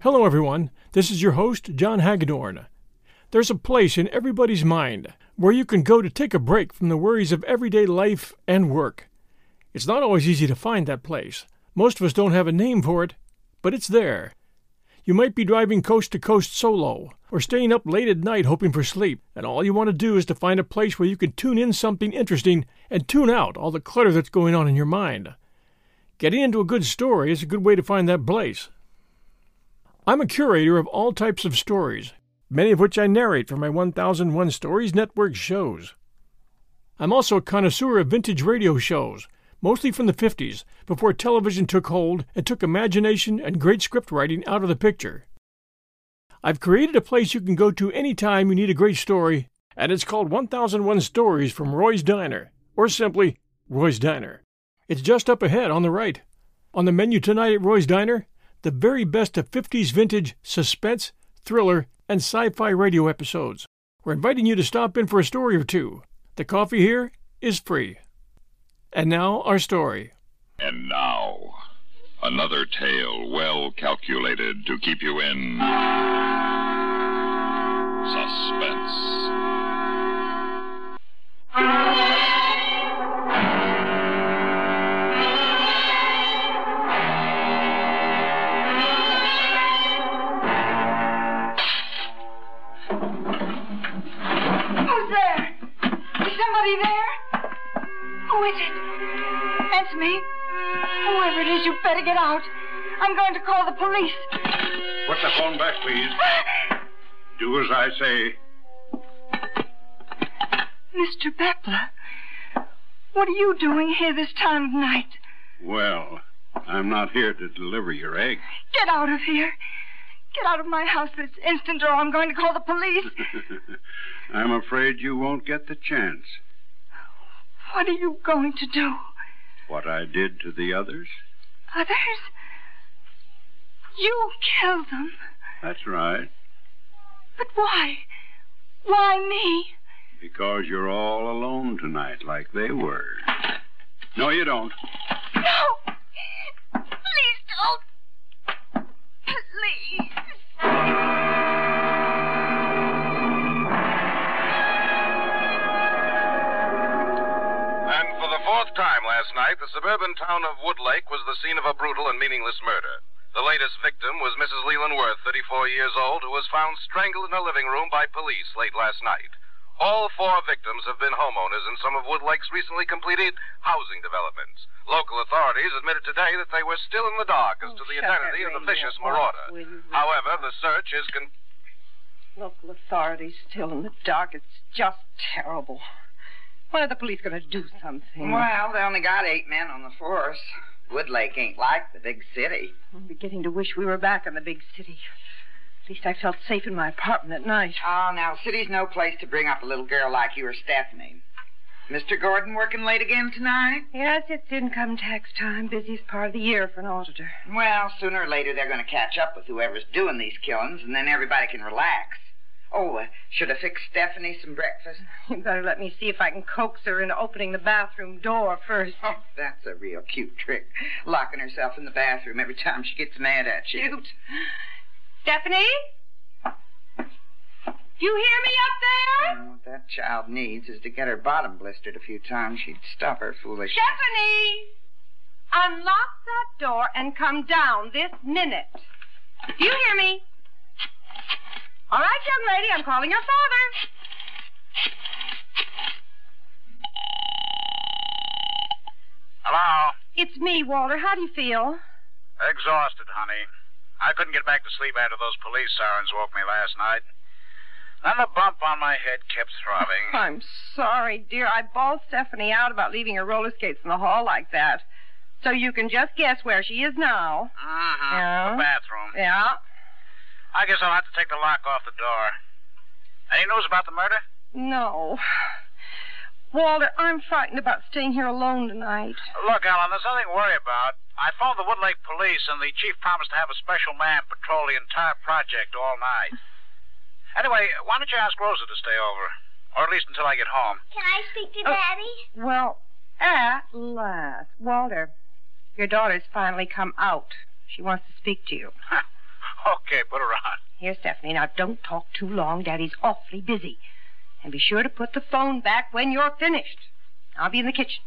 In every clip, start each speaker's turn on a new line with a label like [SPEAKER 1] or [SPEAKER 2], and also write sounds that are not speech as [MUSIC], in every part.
[SPEAKER 1] Hello, everyone. This is your host, John Hagedorn. There's a place in everybody's mind where you can go to take a break from the worries of everyday life and work. It's not always easy to find that place. Most of us don't have a name for it, but it's there. You might be driving coast to coast solo, or staying up late at night hoping for sleep, and all you want to do is to find a place where you can tune in something interesting and tune out all the clutter that's going on in your mind. Getting into a good story is a good way to find that place. I'm a curator of all types of stories, many of which I narrate for my 1001 Stories Network shows. I'm also a connoisseur of vintage radio shows, mostly from the 50s, before television took hold and took imagination and great script writing out of the picture. I've created a place you can go to any time you need a great story, and it's called 1001 Stories from Roy's Diner, or simply Roy's Diner. It's just up ahead on the right. On the menu tonight at Roy's Diner, the very best of 50s vintage suspense, thriller, and sci fi radio episodes. We're inviting you to stop in for a story or two. The coffee here is free. And now, our story.
[SPEAKER 2] And now, another tale well calculated to keep you in suspense.
[SPEAKER 3] Who's Oh, there? Is somebody there? Who is it? That's me. Whoever it is, you better get out. I'm going to call the police.
[SPEAKER 4] Put the phone back, please. Do as I say.
[SPEAKER 3] Mr. Bepler, what are you doing here this time of night?
[SPEAKER 4] Well, I'm not here to deliver your egg.
[SPEAKER 3] Get out of here. Get out of my house this instant, or I'm going to call the police.
[SPEAKER 4] I'm afraid you won't get the chance.
[SPEAKER 3] What are you going to do?
[SPEAKER 4] What I did to the others?
[SPEAKER 3] Others? You killed them.
[SPEAKER 4] That's right.
[SPEAKER 3] But why? Why me?
[SPEAKER 4] Because you're all alone tonight, like they were. No, you don't.
[SPEAKER 3] No! Please don't! Please!
[SPEAKER 5] And for the fourth time last night, the suburban town of Woodlake was the scene of a brutal and meaningless murder. The latest victim was Mrs. Leland Worth, 34 years old, who was found strangled in her living room by police late last night. All four victims have been homeowners in some of Woodlake's recently completed housing developments. Local authorities admitted today that they were still in the dark as
[SPEAKER 6] Oh,
[SPEAKER 5] to the
[SPEAKER 6] shut that
[SPEAKER 5] identity of the
[SPEAKER 6] radio
[SPEAKER 5] vicious
[SPEAKER 6] off,
[SPEAKER 5] marauder.
[SPEAKER 6] will you?
[SPEAKER 5] However, the search is con-
[SPEAKER 6] Local authorities still in the dark. It's just terrible. When are the police going to do something?
[SPEAKER 7] Well, they only got eight men on the force. Woodlake ain't like the big city.
[SPEAKER 6] I'm beginning to wish we were back in the big city. At least I felt safe in my apartment at night.
[SPEAKER 7] Oh, now, city's no place to bring up a little girl like you or Stephanie. Mr. Gordon working late again tonight?
[SPEAKER 6] Yes, it's income tax time, busiest part of the year for an auditor.
[SPEAKER 7] Well, sooner or later they're going to catch up with whoever's doing these killings, and then everybody can relax. Oh, uh, should I fix Stephanie some breakfast?
[SPEAKER 6] You better let me see if I can coax her into opening the bathroom door first.
[SPEAKER 7] Oh, that's a real cute trick. Locking herself in the bathroom every time she gets mad at you.
[SPEAKER 6] Cute. Stephanie? You hear me up there?
[SPEAKER 7] And what that child needs is to get her bottom blistered a few times. She'd stop her foolishness.
[SPEAKER 6] Stephanie! Unlock that door and come down this minute. Do you hear me? All right, young lady, I'm calling your father.
[SPEAKER 8] Hello?
[SPEAKER 6] It's me, Walter. How do you feel?
[SPEAKER 8] Exhausted, honey. I couldn't get back to sleep after those police sirens woke me last night. Then the bump on my head kept throbbing.
[SPEAKER 6] [LAUGHS] I'm sorry, dear. I bawled Stephanie out about leaving her roller skates in the hall like that. So you can just guess where she is now.
[SPEAKER 8] Mm-hmm.
[SPEAKER 6] Yeah?
[SPEAKER 8] The bathroom.
[SPEAKER 6] Yeah.
[SPEAKER 8] I guess I'll have to take the lock off the door. Any news about the murder?
[SPEAKER 6] No. Walter, I'm frightened about staying here alone tonight.
[SPEAKER 8] Look, Alan, there's nothing to worry about. I phoned the Woodlake police, and the chief promised to have a special man patrol the entire project all night. Anyway, why don't you ask Rosa to stay over? Or at least until I get home. [LAUGHS]
[SPEAKER 9] Can I speak
[SPEAKER 8] Oh.
[SPEAKER 9] to Daddy?
[SPEAKER 6] Well, at last. Walter, your daughter's finally come out. She wants to speak to you.
[SPEAKER 8] okay, put her on.
[SPEAKER 6] Here, Stephanie, now don't talk too long. Daddy's awfully busy. And be sure to put the phone back when you're finished. I'll be in the kitchen.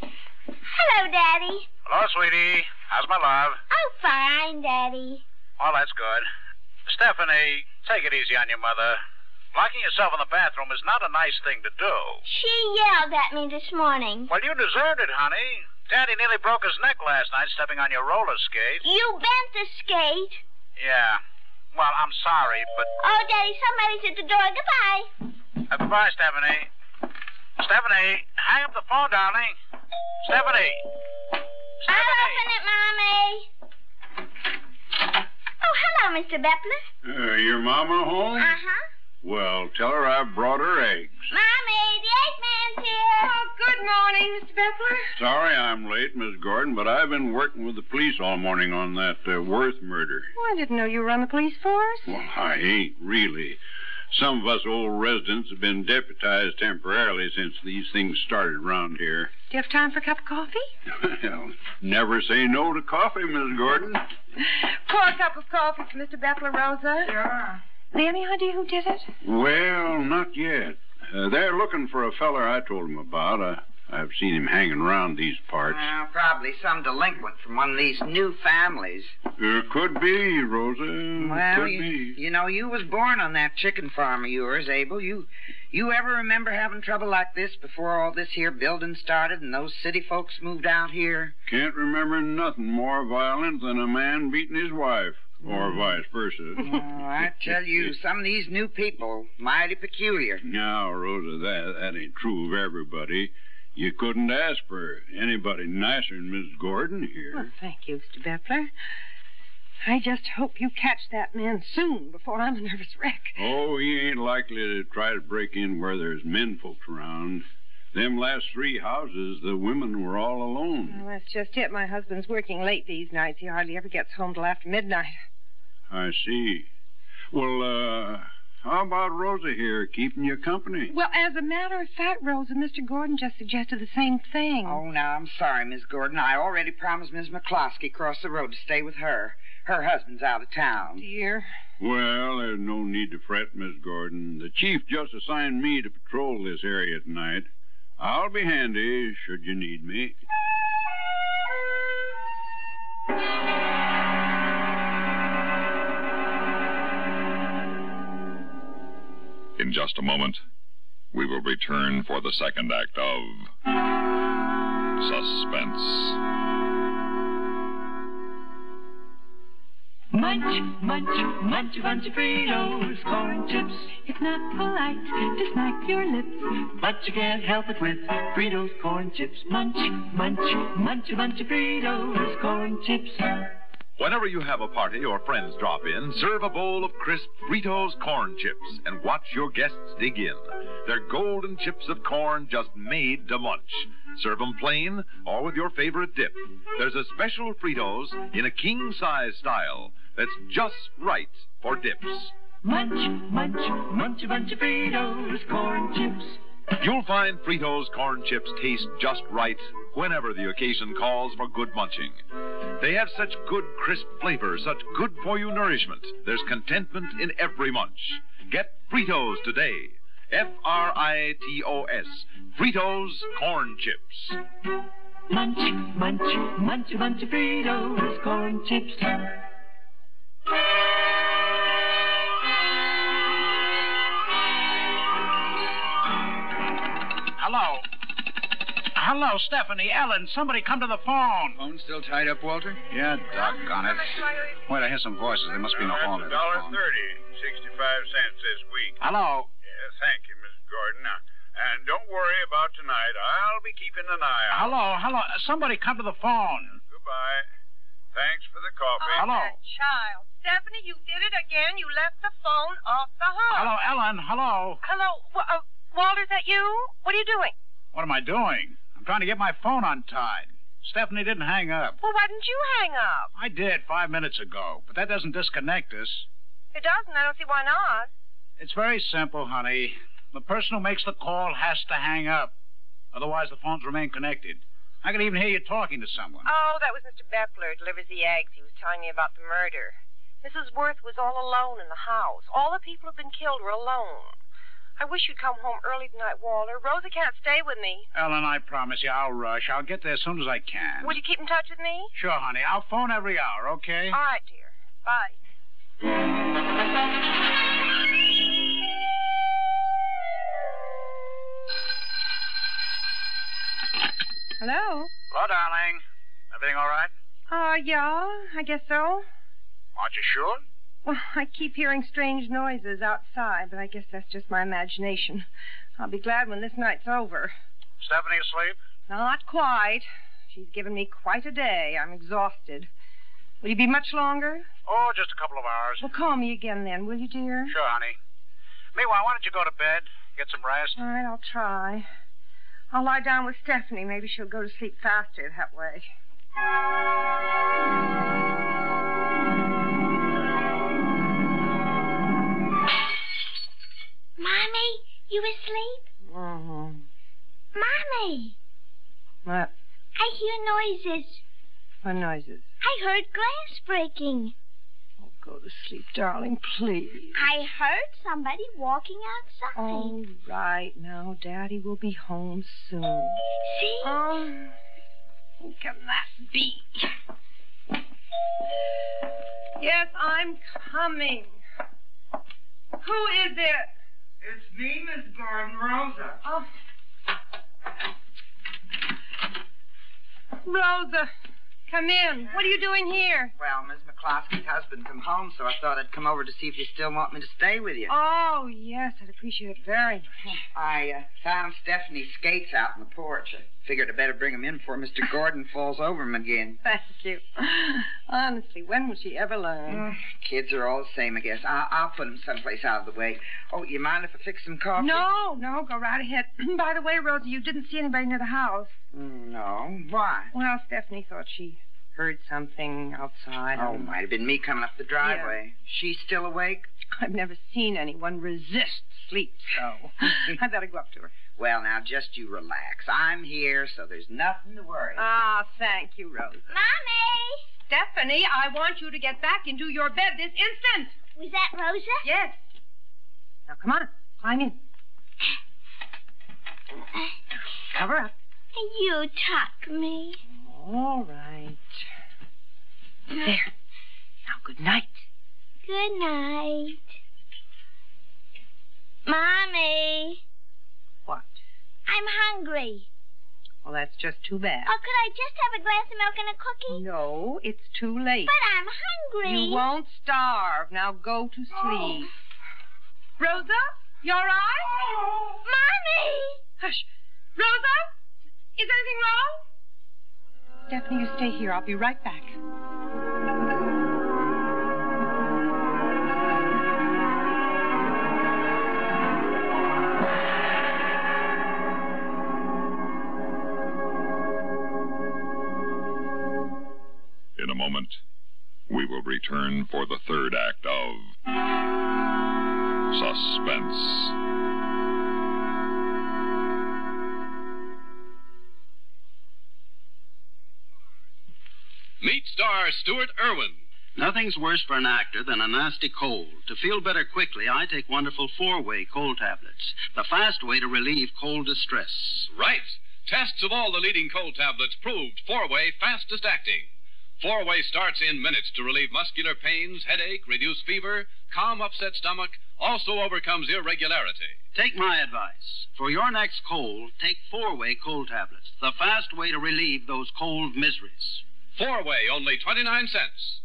[SPEAKER 9] Hello, Daddy.
[SPEAKER 8] Hello, sweetie. How's my love?
[SPEAKER 9] Oh, fine, Daddy.
[SPEAKER 8] Well, Oh, that's good. Stephanie, take it easy on your mother. Locking yourself in the bathroom is not a nice thing to do.
[SPEAKER 9] She yelled at me this morning.
[SPEAKER 8] Well, you deserved it, honey. Daddy nearly broke his neck last night stepping on your roller skates.
[SPEAKER 9] You bent the skate.
[SPEAKER 8] Yeah. Well, I'm sorry, but.
[SPEAKER 9] Oh, Daddy, somebody's at the door. Goodbye.
[SPEAKER 8] Uh, goodbye, Stephanie. Stephanie, hang up the phone, darling. Stephanie.
[SPEAKER 9] I'll
[SPEAKER 8] Stephanie.
[SPEAKER 9] open it, Mommy. Oh, hello, Mr. Bepler.
[SPEAKER 4] Uh, your mama home?
[SPEAKER 9] Uh-huh.
[SPEAKER 4] Well, tell her I brought her eggs.
[SPEAKER 9] Mommy, the ape man's here.
[SPEAKER 6] Oh, good morning, Mr. Bepler.
[SPEAKER 4] Sorry I'm late, Miss Gordon, but I've been working with the police all morning on that uh, Worth murder.
[SPEAKER 6] Oh, I didn't know you run the police force.
[SPEAKER 4] Well, I ain't really. Some of us old residents have been deputized temporarily since these things started round here. [LAUGHS]
[SPEAKER 6] Do you have time for a cup of coffee?
[SPEAKER 4] Well, never say no to coffee, Miss Gordon.
[SPEAKER 6] Pour a cup of coffee for Mr. Bepler, Rosa.
[SPEAKER 7] Sure.
[SPEAKER 6] Have you any idea who did it?
[SPEAKER 4] Well, not yet. Uh, they're looking for a feller I told 'em about. Uh, I've seen him hanging round these parts.
[SPEAKER 7] Well, probably some delinquent from one of these new families.
[SPEAKER 4] Uh, could be, Rosa.
[SPEAKER 7] Well,
[SPEAKER 4] Hmm, could
[SPEAKER 7] you,
[SPEAKER 4] be.
[SPEAKER 7] you know, you was born on that chicken farm of yours, Abel. You, you ever remember having trouble like this before all this here building started and those city folks moved
[SPEAKER 4] [LAUGHS]
[SPEAKER 7] out here?
[SPEAKER 4] Can't remember nothing more violent than a man beating his wife, or
[SPEAKER 7] Mm.
[SPEAKER 4] vice versa.
[SPEAKER 7] [LAUGHS] Oh, I tell you, some of these new people mighty peculiar.
[SPEAKER 4] Now, Rosa, oh, that, that ain't true of everybody. You couldn't ask for anybody nicer than Miss Gordon
[SPEAKER 6] Well,
[SPEAKER 4] here.
[SPEAKER 6] thank you, Mr. Bepler. I just hope you catch that man soon before I'm a nervous wreck.
[SPEAKER 4] Oh, he ain't likely to try to break in where there's men folks around. Them last three houses, the women were all
[SPEAKER 6] Well,
[SPEAKER 4] alone.
[SPEAKER 6] that's just it. My husband's working late these nights. He hardly ever gets home till after midnight.
[SPEAKER 4] I see. Well, uh, how about Rosa here keeping you company?
[SPEAKER 6] Well, as a matter of fact, Rosa, Mr. Gordon just suggested the same thing.
[SPEAKER 7] Oh, now, I'm sorry, Miss Gordon. I already promised Miss McCloskey across the road to stay with her. Her husband's out of town.
[SPEAKER 6] dear.
[SPEAKER 4] Well, there's no need to fret, Miss Gordon. The chief just assigned me to patrol this area tonight. I'll be handy should you need me.
[SPEAKER 2] In just a moment, we will return for the second act of Suspense.
[SPEAKER 3] Munch, munch, munch a bunch of Fritos, corn chips. It's not polite to smack your lips, but you can't help it with Fritos, corn chips. Munch, munch, munch a bunch of Fritos, corn chips.
[SPEAKER 10] Whenever you have a party or friends drop in, serve a bowl of crisp Fritos corn chips and watch your guests dig in. They're golden chips of corn just made to munch. Serve 'em plain or with your favorite dip. There's a special Fritos in a king size style that's just right for dips.
[SPEAKER 3] Munch, munch, munch a bunch of Fritos corn chips.
[SPEAKER 10] You'll find Fritos corn chips taste just right whenever the occasion calls for good munching. They have such good, crisp flavor, such good for you nourishment. There's contentment in every munch. Get Fritos today. F R I T O S. Fritos corn chips.
[SPEAKER 3] Munch, munch, munch a bunch of Fritos corn chips.
[SPEAKER 8] Hello. Hello, Stephanie, Ellen, somebody come to the phone. Phone still tied up, Walter?
[SPEAKER 11] Yeah, doggone it. Wait, I hear some voices. There must be no hall
[SPEAKER 12] A
[SPEAKER 11] there.
[SPEAKER 12] dollar thirty, sixty-five cents this week.
[SPEAKER 8] Hello.
[SPEAKER 12] Yeah, thank you, Miss Gordon. Uh, and don't worry about tonight. I'll be keeping an eye out.
[SPEAKER 8] Hello, hello, somebody come to the phone.
[SPEAKER 12] Goodbye. Thanks for the coffee.
[SPEAKER 8] Hello.
[SPEAKER 6] Child. Stephanie, you did it again. You left the phone off the hook.
[SPEAKER 8] Hello, Ellen, hello.
[SPEAKER 6] Hello, Wa- uh, Walter, is that you? What are you doing?
[SPEAKER 8] What am I doing? I'm trying to get my phone untied. Stephanie didn't hang up.
[SPEAKER 6] Well, why didn't you hang up?
[SPEAKER 8] I did five minutes ago, but that doesn't disconnect us.
[SPEAKER 6] It doesn't. I don't see why not.
[SPEAKER 8] It's very simple, honey. The person who makes the call has to hang up. Otherwise, the phones remain connected. I can even hear you talking to someone.
[SPEAKER 6] Oh, that was Mr. Bepler who delivers the eggs. He was telling me about the murder. Mrs. Worth was all alone in the house. All the people who've been killed were alone. I wish you'd come home early tonight, Walter. Rosa can't stay with me.
[SPEAKER 8] Ellen, I promise you, I'll rush. I'll get there as soon as I can.
[SPEAKER 6] Will you keep in touch with me?
[SPEAKER 8] Sure, honey. I'll phone every hour, okay?
[SPEAKER 6] All right, dear. Bye. Hello?
[SPEAKER 8] Hello, darling. Everything all right?
[SPEAKER 6] Uh, yeah, I guess so.
[SPEAKER 8] Aren't you sure?
[SPEAKER 6] Well, I keep hearing strange noises outside, but I guess that's just my imagination. I'll be glad when this night's over.
[SPEAKER 8] Stephanie asleep?
[SPEAKER 6] Not quite. She's given me quite a day. I'm exhausted. Will you be much longer?
[SPEAKER 8] Oh, just a couple of hours.
[SPEAKER 6] Well, call me again then, will you, dear?
[SPEAKER 8] Sure, honey. Meanwhile, why don't you go to bed, get some rest?
[SPEAKER 6] All right, I'll try. I'll lie down with Stephanie. Maybe she'll go to sleep faster that way.
[SPEAKER 9] Mommy, you asleep?
[SPEAKER 6] Mm-hmm.
[SPEAKER 9] Mommy,
[SPEAKER 6] What?
[SPEAKER 9] I hear noises.
[SPEAKER 6] What noises?
[SPEAKER 9] I heard glass breaking.
[SPEAKER 6] Go to sleep, darling, please.
[SPEAKER 9] I heard somebody walking outside.
[SPEAKER 6] All right, now Daddy will be home soon.
[SPEAKER 9] See?
[SPEAKER 6] Oh, who can that be? Yes, I'm coming. Who is it?
[SPEAKER 7] It's me, Miss Gordon Rosa.
[SPEAKER 6] Oh. Rosa, come in. What are you doing here?
[SPEAKER 7] Well, Miss McCloskey's husband come home, so I thought I'd come over to see if you still want me to stay with you.
[SPEAKER 6] Oh, yes, I'd appreciate it very much.
[SPEAKER 7] I uh, found Stephanie's skates out in the porch. I figured I better bring 'em in before Mr. Gordon falls over 'em again.
[SPEAKER 6] Thank you. Honestly, when will she ever learn?
[SPEAKER 7] Mm, Kids are all the same, I guess. I- I'll put 'em someplace out of the way. Oh, you mind if I fix some coffee?
[SPEAKER 6] No, no, go right ahead. [CLEARS THROAT] By the way, Rosa, you didn't see anybody near the house.
[SPEAKER 7] Mm, No. Why?
[SPEAKER 6] Well, Stephanie thought she heard something outside.
[SPEAKER 7] Oh, might have been me coming up the driveway. She's still awake?
[SPEAKER 6] I've never seen anyone resist sleep so.
[SPEAKER 7] Oh.
[SPEAKER 6] [LAUGHS] I better go up to her.
[SPEAKER 7] Well, now, just you relax. I'm here, so there's nothing to worry.
[SPEAKER 6] Ah, thank you, Rosa.
[SPEAKER 9] Mommy!
[SPEAKER 6] Stephanie, I want you to get back into your bed this instant.
[SPEAKER 9] Was that Rosa?
[SPEAKER 6] Yes. Now, come on. Climb in.
[SPEAKER 9] Uh.
[SPEAKER 6] Cover up.
[SPEAKER 9] You tuck me.
[SPEAKER 6] All right. There. Now, good night.
[SPEAKER 9] Good night. Mommy,
[SPEAKER 6] What?
[SPEAKER 9] I'm hungry.
[SPEAKER 6] Well, that's just too bad.
[SPEAKER 9] Oh, could I just have a glass of milk and a cookie?
[SPEAKER 6] No, it's too late.
[SPEAKER 9] But I'm hungry. Oh.
[SPEAKER 6] You won't starve. Now go to sleep. Rosa, you all right?
[SPEAKER 9] Mommy!
[SPEAKER 6] Hush. Rosa, is anything wrong? Stephanie, you stay here. I'll be right back.
[SPEAKER 2] In a moment, we will return for the third act of Suspense.
[SPEAKER 13] Meet star Stuart Irwin.
[SPEAKER 14] Nothing's worse for an actor than a nasty cold. To feel better quickly, I take wonderful four way cold tablets, the fast way to relieve cold distress.
[SPEAKER 13] Right. Tests of all the leading cold tablets proved four way fastest acting. Four way starts in minutes to relieve muscular pains, headache, reduce fever, calm upset stomach, also overcomes irregularity.
[SPEAKER 14] Take my advice. For your next cold, take four way cold tablets, the fast way to relieve those cold miseries.
[SPEAKER 13] Four way, only 29 cents.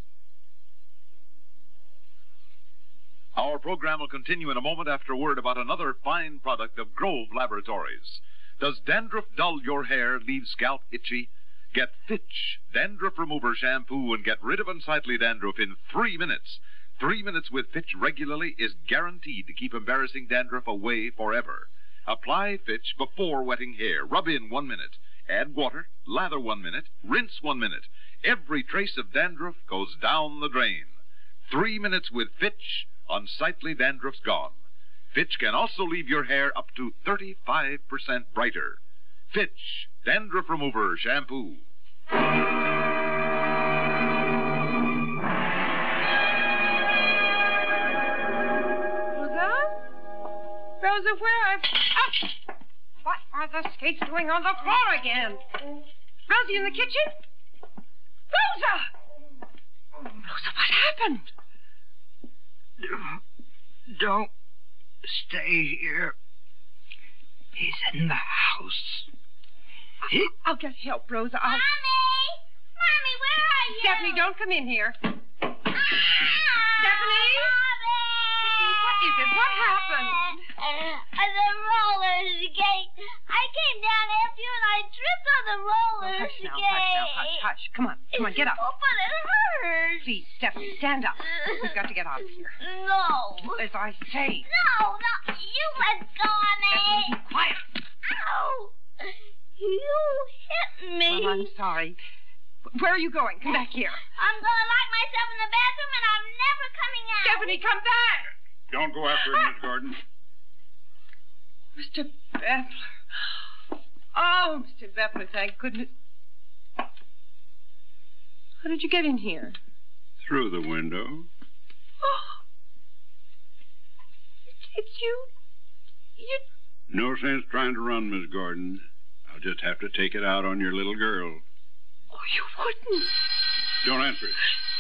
[SPEAKER 10] Our program will continue in a moment after a word about another fine product of Grove Laboratories. Does dandruff dull your hair, leave scalp itchy? Get Fitch Dandruff Remover Shampoo and get rid of unsightly dandruff in three minutes. Three minutes with Fitch regularly is guaranteed to keep embarrassing dandruff away forever. Apply Fitch before wetting hair. Rub in one minute. Add water. Lather one minute. Rinse one minute. Every trace of dandruff goes down the drain. Three minutes with Fitch, unsightly dandruff's gone. Fitch can also leave your hair up to 35% brighter. Fitch, dandruff remover shampoo.
[SPEAKER 6] Rosa? Rosa, where are... Oh! What are the skates doing on the floor again? Rosie in the kitchen? Rosa! Oh, Rosa, what happened?
[SPEAKER 15] Don't stay here. He's in the house.
[SPEAKER 6] I'll get help, Rosa. I'll...
[SPEAKER 9] Mommy, where are you?
[SPEAKER 6] Stephanie, don't come in here. Oh, Stephanie? What is it? What happened?
[SPEAKER 9] Uh, the roller skate. I came down after you and I tripped on the roller
[SPEAKER 6] Hush
[SPEAKER 9] skate.
[SPEAKER 6] now, hush now, hush, hush. Come on, come on, get up.
[SPEAKER 9] Oh, but it hurts.
[SPEAKER 6] Please, Stephanie, stand up. We've got to get out of here.
[SPEAKER 9] No.
[SPEAKER 6] As I say.
[SPEAKER 9] No, no. You let go of me.
[SPEAKER 6] Stephanie, be quiet.
[SPEAKER 9] Ow. You hit me.
[SPEAKER 6] Well, I'm sorry. Where are you going? Come back here.
[SPEAKER 9] I'm going to lock myself in the bathroom and I'm never coming out.
[SPEAKER 6] Stephanie, come back.
[SPEAKER 4] Don't go after him, Miss Gordon.
[SPEAKER 6] Mr. Bepler. Oh, Mr. Bepler, thank goodness. How did you get in here?
[SPEAKER 4] Through the window.
[SPEAKER 6] Oh. Did you? You.
[SPEAKER 4] No sense trying to run, Miss Gordon. I'll just have to take it out on your little girl.
[SPEAKER 6] Oh, you wouldn't.
[SPEAKER 4] Don't answer it.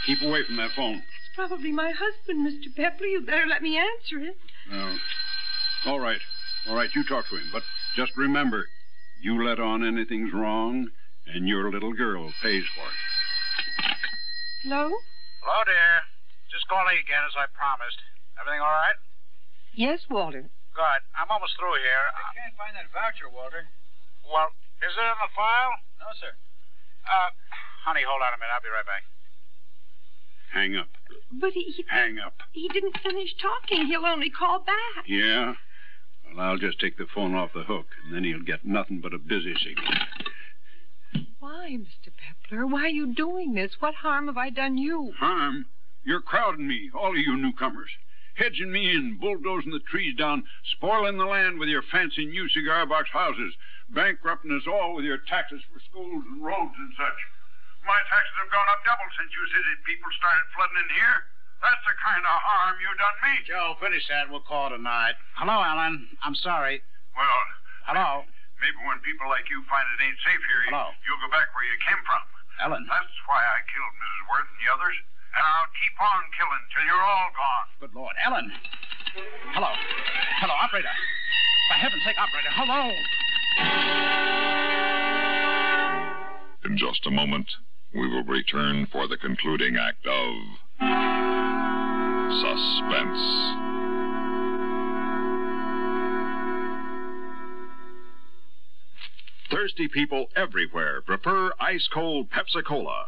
[SPEAKER 4] Keep away from that phone.
[SPEAKER 6] It's probably my husband, Mr. Pepler. You better let me answer it.
[SPEAKER 4] No. All right. All right, you talk to him. But just remember, you let on anything's wrong, and your little girl pays for it.
[SPEAKER 6] Hello?
[SPEAKER 8] Hello, dear. Just calling again as I promised. Everything all right?
[SPEAKER 6] Yes, Walter.
[SPEAKER 8] Good. I'm almost through here. I can't find that voucher, Walter. Well, is it in the file? No, sir. Uh, honey, hold on a minute. I'll be right back.
[SPEAKER 4] Hang up.
[SPEAKER 6] But he, he
[SPEAKER 4] Hang up.
[SPEAKER 6] he didn't finish talking. He'll only call back.
[SPEAKER 4] Yeah? Well, I'll just take the phone off the hook, and then he'll get nothing but a busy signal.
[SPEAKER 6] Why, Mr. Pepler? Why are you doing this? What harm have I done you?
[SPEAKER 4] Harm? Um, You're crowding me, all of you newcomers. Hedging me in, bulldozing the trees down, spoiling the land with your fancy new cigar box houses, bankrupting us all with your taxes for schools and roads and such.
[SPEAKER 12] My taxes have gone up double since you city people started flooding in here. That's the kind of harm you done me.
[SPEAKER 8] Joe, finish that. We'll call tonight. Hello, Alan. I'm sorry.
[SPEAKER 12] Well,
[SPEAKER 8] Hello?
[SPEAKER 12] maybe when people like you find it ain't safe here, you,
[SPEAKER 8] Hello?
[SPEAKER 12] you'll go back where you came from.
[SPEAKER 8] Ellen.
[SPEAKER 12] That's why I killed Mrs. Worth and the others, and I'll keep on killing till you're all gone.
[SPEAKER 8] Good Lord. Ellen. Hello. Hello, operator. For heaven's sake, operator. Hello.
[SPEAKER 2] In just a moment, we will return for the concluding act of Suspense.
[SPEAKER 10] Thirsty people everywhere prefer ice cold Pepsi Cola.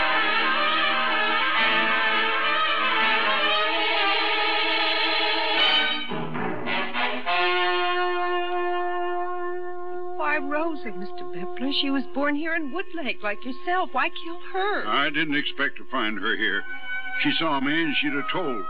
[SPEAKER 6] Why, Rosie, Mr. Bepler, she was born here in Woodlake, like yourself. Why kill her?
[SPEAKER 4] I didn't expect to find her here. She saw me and she'd have told.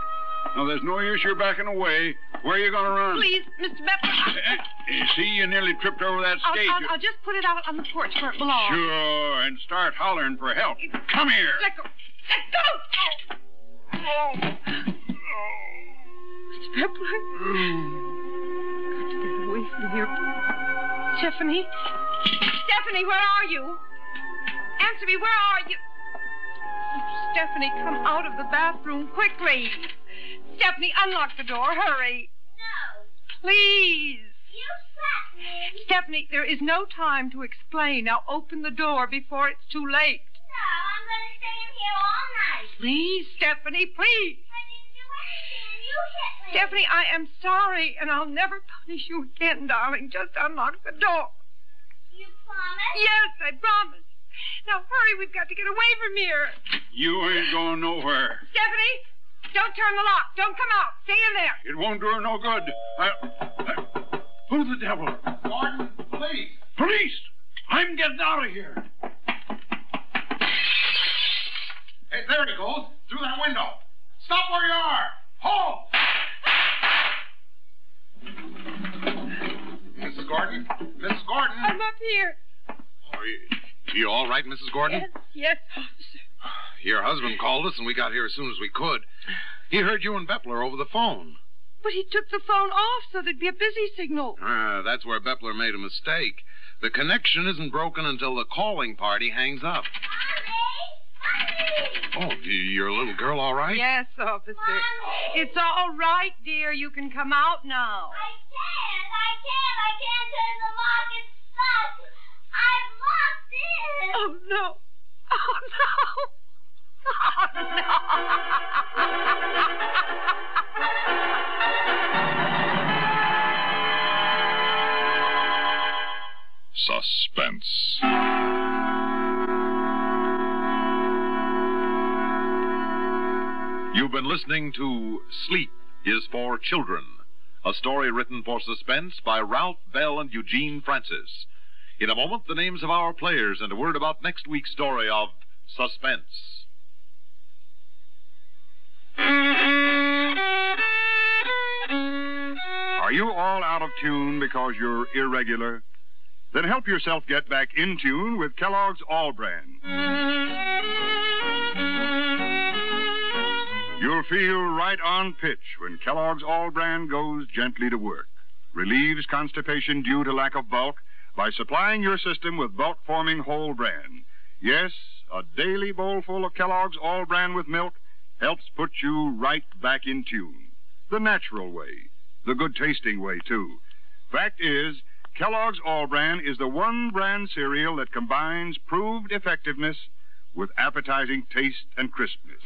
[SPEAKER 4] Now, there's no use your backing away. Where are you going to run?
[SPEAKER 6] Please, Mr. Bepler.
[SPEAKER 4] Eh, See, you nearly tripped over that
[SPEAKER 6] I'll,
[SPEAKER 4] skate.
[SPEAKER 6] I'll, I'll just put it out on the porch where it belongs.
[SPEAKER 4] Sure, and start hollering for help. Come here.
[SPEAKER 6] Let go. Let go. Oh.
[SPEAKER 3] [LAUGHS]
[SPEAKER 6] Mr. Pepler. Got to get away from here. Stephanie. Stephanie, where are you? Answer me, where are you? Stephanie, come out of the bathroom quickly. Stephanie, unlock the door. Hurry. No. Please. Stephanie, there is no time to explain. Now open the door before it's too late.
[SPEAKER 9] No, I'm going to stay in here all night.
[SPEAKER 6] Please, Stephanie, please.
[SPEAKER 9] You hit me.
[SPEAKER 6] Stephanie, I am sorry, and I'll never punish you again, darling. Just unlock the door.
[SPEAKER 9] You promise?
[SPEAKER 6] Yes, I promise. Now hurry, we've got to get away from here.
[SPEAKER 4] You ain't going nowhere.
[SPEAKER 6] Stephanie, don't turn the lock. Don't come out. Stay in there.
[SPEAKER 4] It won't do her no good. I, I- who the devil? Martin, police. Police! I'm getting out of here.
[SPEAKER 12] Hey, there he goes. Through that window. Stop where you are. Hold!
[SPEAKER 10] Mrs. Gordon? Mrs. Gordon?
[SPEAKER 6] I'm up here.
[SPEAKER 10] Are you, you all right, Mrs. Gordon?
[SPEAKER 6] Yes, yes, officer.
[SPEAKER 5] Your husband called us, and we got here as soon as we could. He heard you and Bepler over the phone.
[SPEAKER 6] But he took the phone off so there'd be a busy signal.
[SPEAKER 5] Ah, that's where Bepler made a mistake. The connection isn't broken until the calling party hangs up. Oh, y- your little girl
[SPEAKER 4] Oh,
[SPEAKER 5] all right?
[SPEAKER 6] Yes, officer. It's all right, dear. You can come out now.
[SPEAKER 9] Can't. I can't. I can't turn the lock. It's stuck. I've locked it.
[SPEAKER 6] Oh, no. Oh, no.
[SPEAKER 2] Suspense.
[SPEAKER 10] You've been listening to Sleep is for Children, a story written for suspense by Ralph Bell and Eugene Francis. In a moment, the names of our players and a word about next week's story of Suspense.
[SPEAKER 16] Are you all out of tune because you're irregular? Then help yourself get back in tune with Kellogg's All Brand. You'll feel right on pitch when Kellogg's All Brand goes gently to work. Relieves constipation due to lack of bulk by supplying your system with bulk forming whole bran. Yes, a daily bowlful of Kellogg's All Bran with milk helps put you right back in tune. The natural way, the good tasting way, too. Fact is, Kellogg's All Bran is the one brand cereal that combines proved effectiveness with appetizing taste and crispness.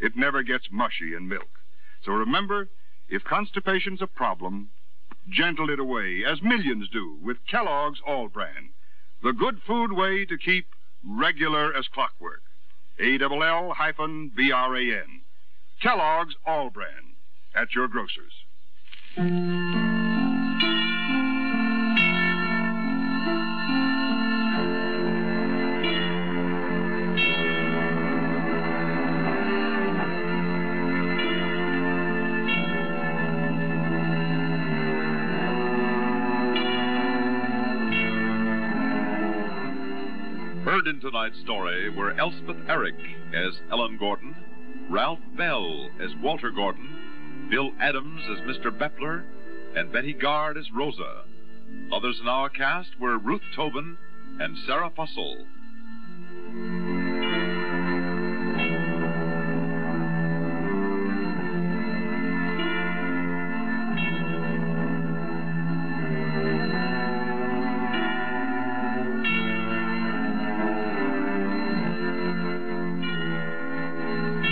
[SPEAKER 16] It never gets mushy in milk. So remember, if constipation's a problem, gentle it away, as millions do, with Kellogg's All Bran. The good food way to keep regular as clockwork. A-double-L hyphen B-R-A-N. Kellogg's All Brand at your grocer's.
[SPEAKER 10] Heard in tonight's story were Elspeth Eric as Ellen Gordon, Ralph Bell as Walter Gordon, Bill Adams as Mr. Bepler, and Betty Guard as Rosa. Others in our cast were Ruth Tobin and Sarah Fussell.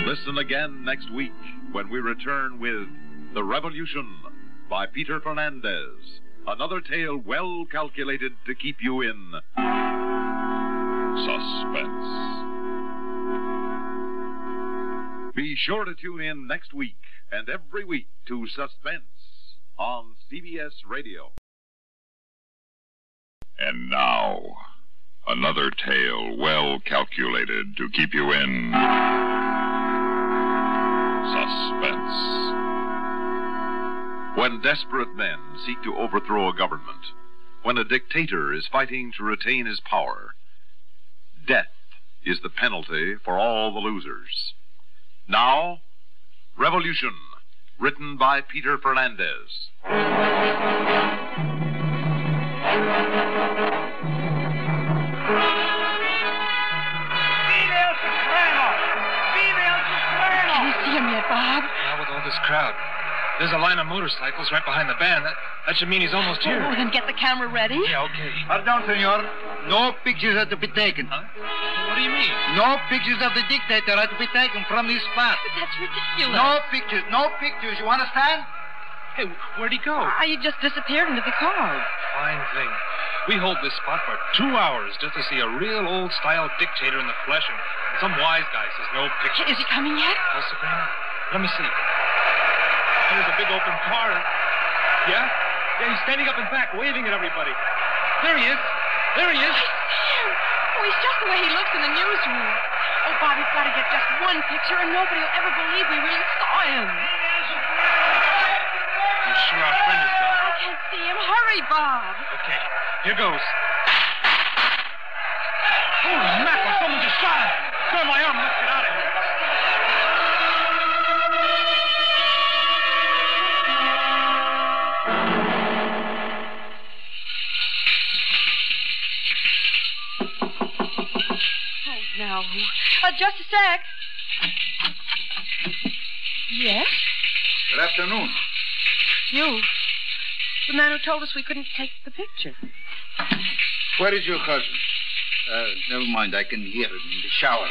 [SPEAKER 10] Listen again next week when we return with The Revolution by Peter Fernandez. Another tale well calculated to keep you in suspense. Be sure to tune in next week and every week to Suspense on CBS Radio.
[SPEAKER 2] And now, another tale well calculated to keep you in suspense.
[SPEAKER 10] When desperate men seek to overthrow a government, when a dictator is fighting to retain his power, death is the penalty for all the losers. Now, Revolution, written by Peter Fernandez.
[SPEAKER 3] Can you see him yet, Bob?
[SPEAKER 11] Now with all this crowd. There's a line of motorcycles right behind the band. That, that should mean he's almost here.
[SPEAKER 3] Oh, then get the camera ready.
[SPEAKER 11] Yeah, okay.
[SPEAKER 17] Pardon, senor. No pictures are to be taken.
[SPEAKER 11] What do you mean?
[SPEAKER 17] No pictures of the dictator are to be taken from this spot.
[SPEAKER 3] That's ridiculous.
[SPEAKER 17] No pictures, no pictures. You understand?
[SPEAKER 11] Hey, where'd he go?
[SPEAKER 3] Ah, you just disappeared into the crowd.
[SPEAKER 11] Fine thing. We hold this spot for two hours just to see a real old style dictator in the flesh, and some wise guy says no pictures.
[SPEAKER 3] Is he coming yet?
[SPEAKER 11] Oh, Sabrina, let me see. There's a big open car. Yeah? Yeah, he's standing up and back, waving at everybody. There he is. There he is.
[SPEAKER 3] Oh, he's just the way he looks in the newsroom. Oh, Bob, we've got to get just one picture, and nobody will ever believe we really saw him.
[SPEAKER 11] I'm sure our friend is gone.
[SPEAKER 3] I can't see him. Hurry, Bob.
[SPEAKER 11] Okay, here goes. Holy mackerel, someone just shot him. Grab my arm, let's get out of here.
[SPEAKER 3] Oh, no. Uh, just a sec. Yes?
[SPEAKER 18] Good afternoon.
[SPEAKER 3] You. The man who told us we couldn't take the picture.
[SPEAKER 18] Where is your husband? Uh, never mind. I can hear him in the shower.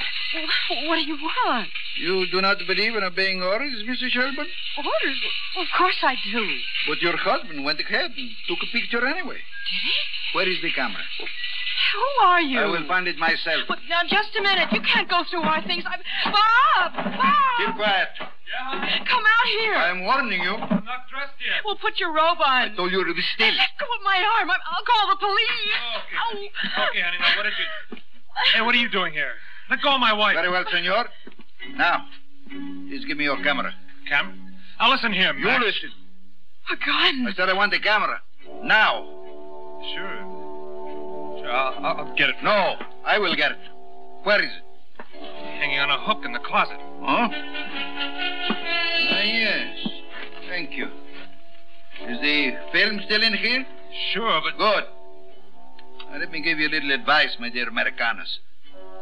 [SPEAKER 3] Well, what do you want?
[SPEAKER 18] You do not believe in obeying orders, Mrs. Shelburne?
[SPEAKER 3] Orders? Well, of course I do.
[SPEAKER 18] But your husband went ahead and took a picture anyway.
[SPEAKER 3] Did he?
[SPEAKER 18] Where is the camera?
[SPEAKER 3] Who are you?
[SPEAKER 18] I will find it myself.
[SPEAKER 3] Well, now, just a minute. You can't go through our things. I'm... Bob! Bob!
[SPEAKER 18] Keep quiet.
[SPEAKER 3] Come out here.
[SPEAKER 18] I'm warning you. I
[SPEAKER 3] not dressed yet. Well, put your robe on.
[SPEAKER 18] told you to be still.
[SPEAKER 3] Let go of my arm. I'm, I'll call the police. Oh.
[SPEAKER 11] Okay, honey, now what did you. Hey, what are you doing here? Let go of my wife.
[SPEAKER 18] Very well, senor. Now, please give me your camera.
[SPEAKER 11] Camera? Now listen here,
[SPEAKER 18] You
[SPEAKER 11] Mac.
[SPEAKER 18] listen.
[SPEAKER 3] A gun.
[SPEAKER 18] I said I want the camera. Now.
[SPEAKER 11] Sure. Sure,
[SPEAKER 18] Uh,
[SPEAKER 11] I'll, I'll- I'll get it.
[SPEAKER 18] No, I will get it. Where is it?
[SPEAKER 11] Hanging on a hook in the closet.
[SPEAKER 15] Oh.
[SPEAKER 18] Huh? Ah, yes. Thank you. Is the film still in here?
[SPEAKER 11] Sure, but.
[SPEAKER 18] Good. Now, let me give you a little advice, my dear Americanos.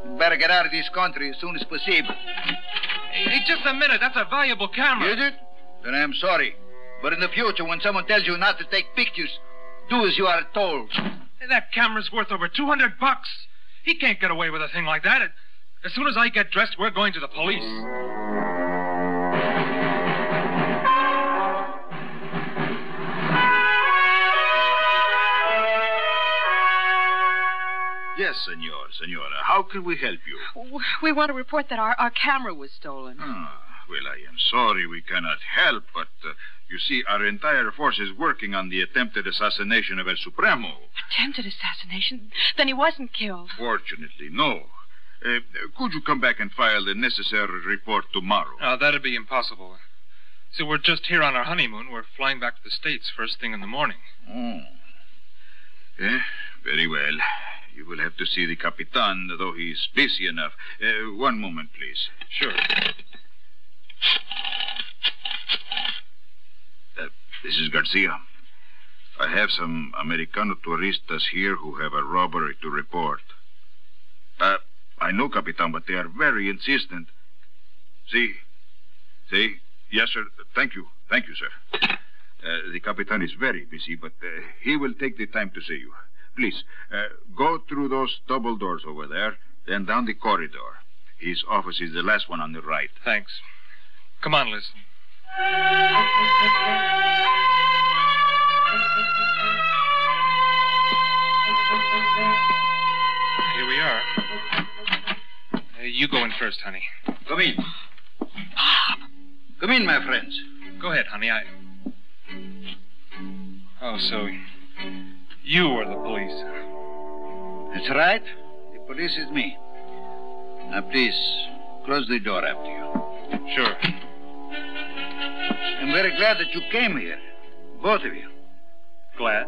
[SPEAKER 18] You better get out of this country as soon as possible.
[SPEAKER 11] Hey, hey, just a minute. That's a valuable camera.
[SPEAKER 18] Is it? Then I'm sorry. But in the future, when someone tells you not to take pictures, do as you are told.
[SPEAKER 11] Hey, that camera's worth over 200 bucks. He can't get away with a thing like that. It- as soon as I get dressed, we're going to the police.
[SPEAKER 18] Mm.
[SPEAKER 19] Yes, senor, senora. How can we help you?
[SPEAKER 3] We want to report that our, our camera was stolen.
[SPEAKER 11] Hmm.
[SPEAKER 19] Ah, well, I am sorry we cannot help, but uh, you see, our entire force is working on the attempted assassination of El Supremo.
[SPEAKER 3] Attempted assassination? Then he wasn't killed.
[SPEAKER 19] Fortunately, no. Uh, could you come back and file the necessary report tomorrow?
[SPEAKER 11] Uh, that'd be impossible. See, we're just here on our honeymoon. We're flying back to the States first thing in the morning.
[SPEAKER 19] Oh. Eh, very well. You will have to see the Capitan, though he's busy enough. Uh, one moment, please.
[SPEAKER 11] Sure.
[SPEAKER 19] Uh, This is Garcia. I I have some Americano turistas here who have a robbery to report. Uh, I know, Capitan, but they are very insistent. See? See? Yes, sir. Thank you. Thank you, sir. Uh, the Capitan is very busy, but uh, he will take the time to see you. Please, uh, go through those double doors over there, then down the corridor. His office is the last one on the right.
[SPEAKER 11] Thanks. Come on, Liz. Here we are. Uh, you go in first, honey.
[SPEAKER 18] Come in. Come in, my friends.
[SPEAKER 11] Go ahead, honey. I. Oh, so you are the police.
[SPEAKER 18] That's right. The police is me. Now, please, close the door after you.
[SPEAKER 11] Sure.
[SPEAKER 18] I'm very glad that you came here, both of you.
[SPEAKER 11] Glad.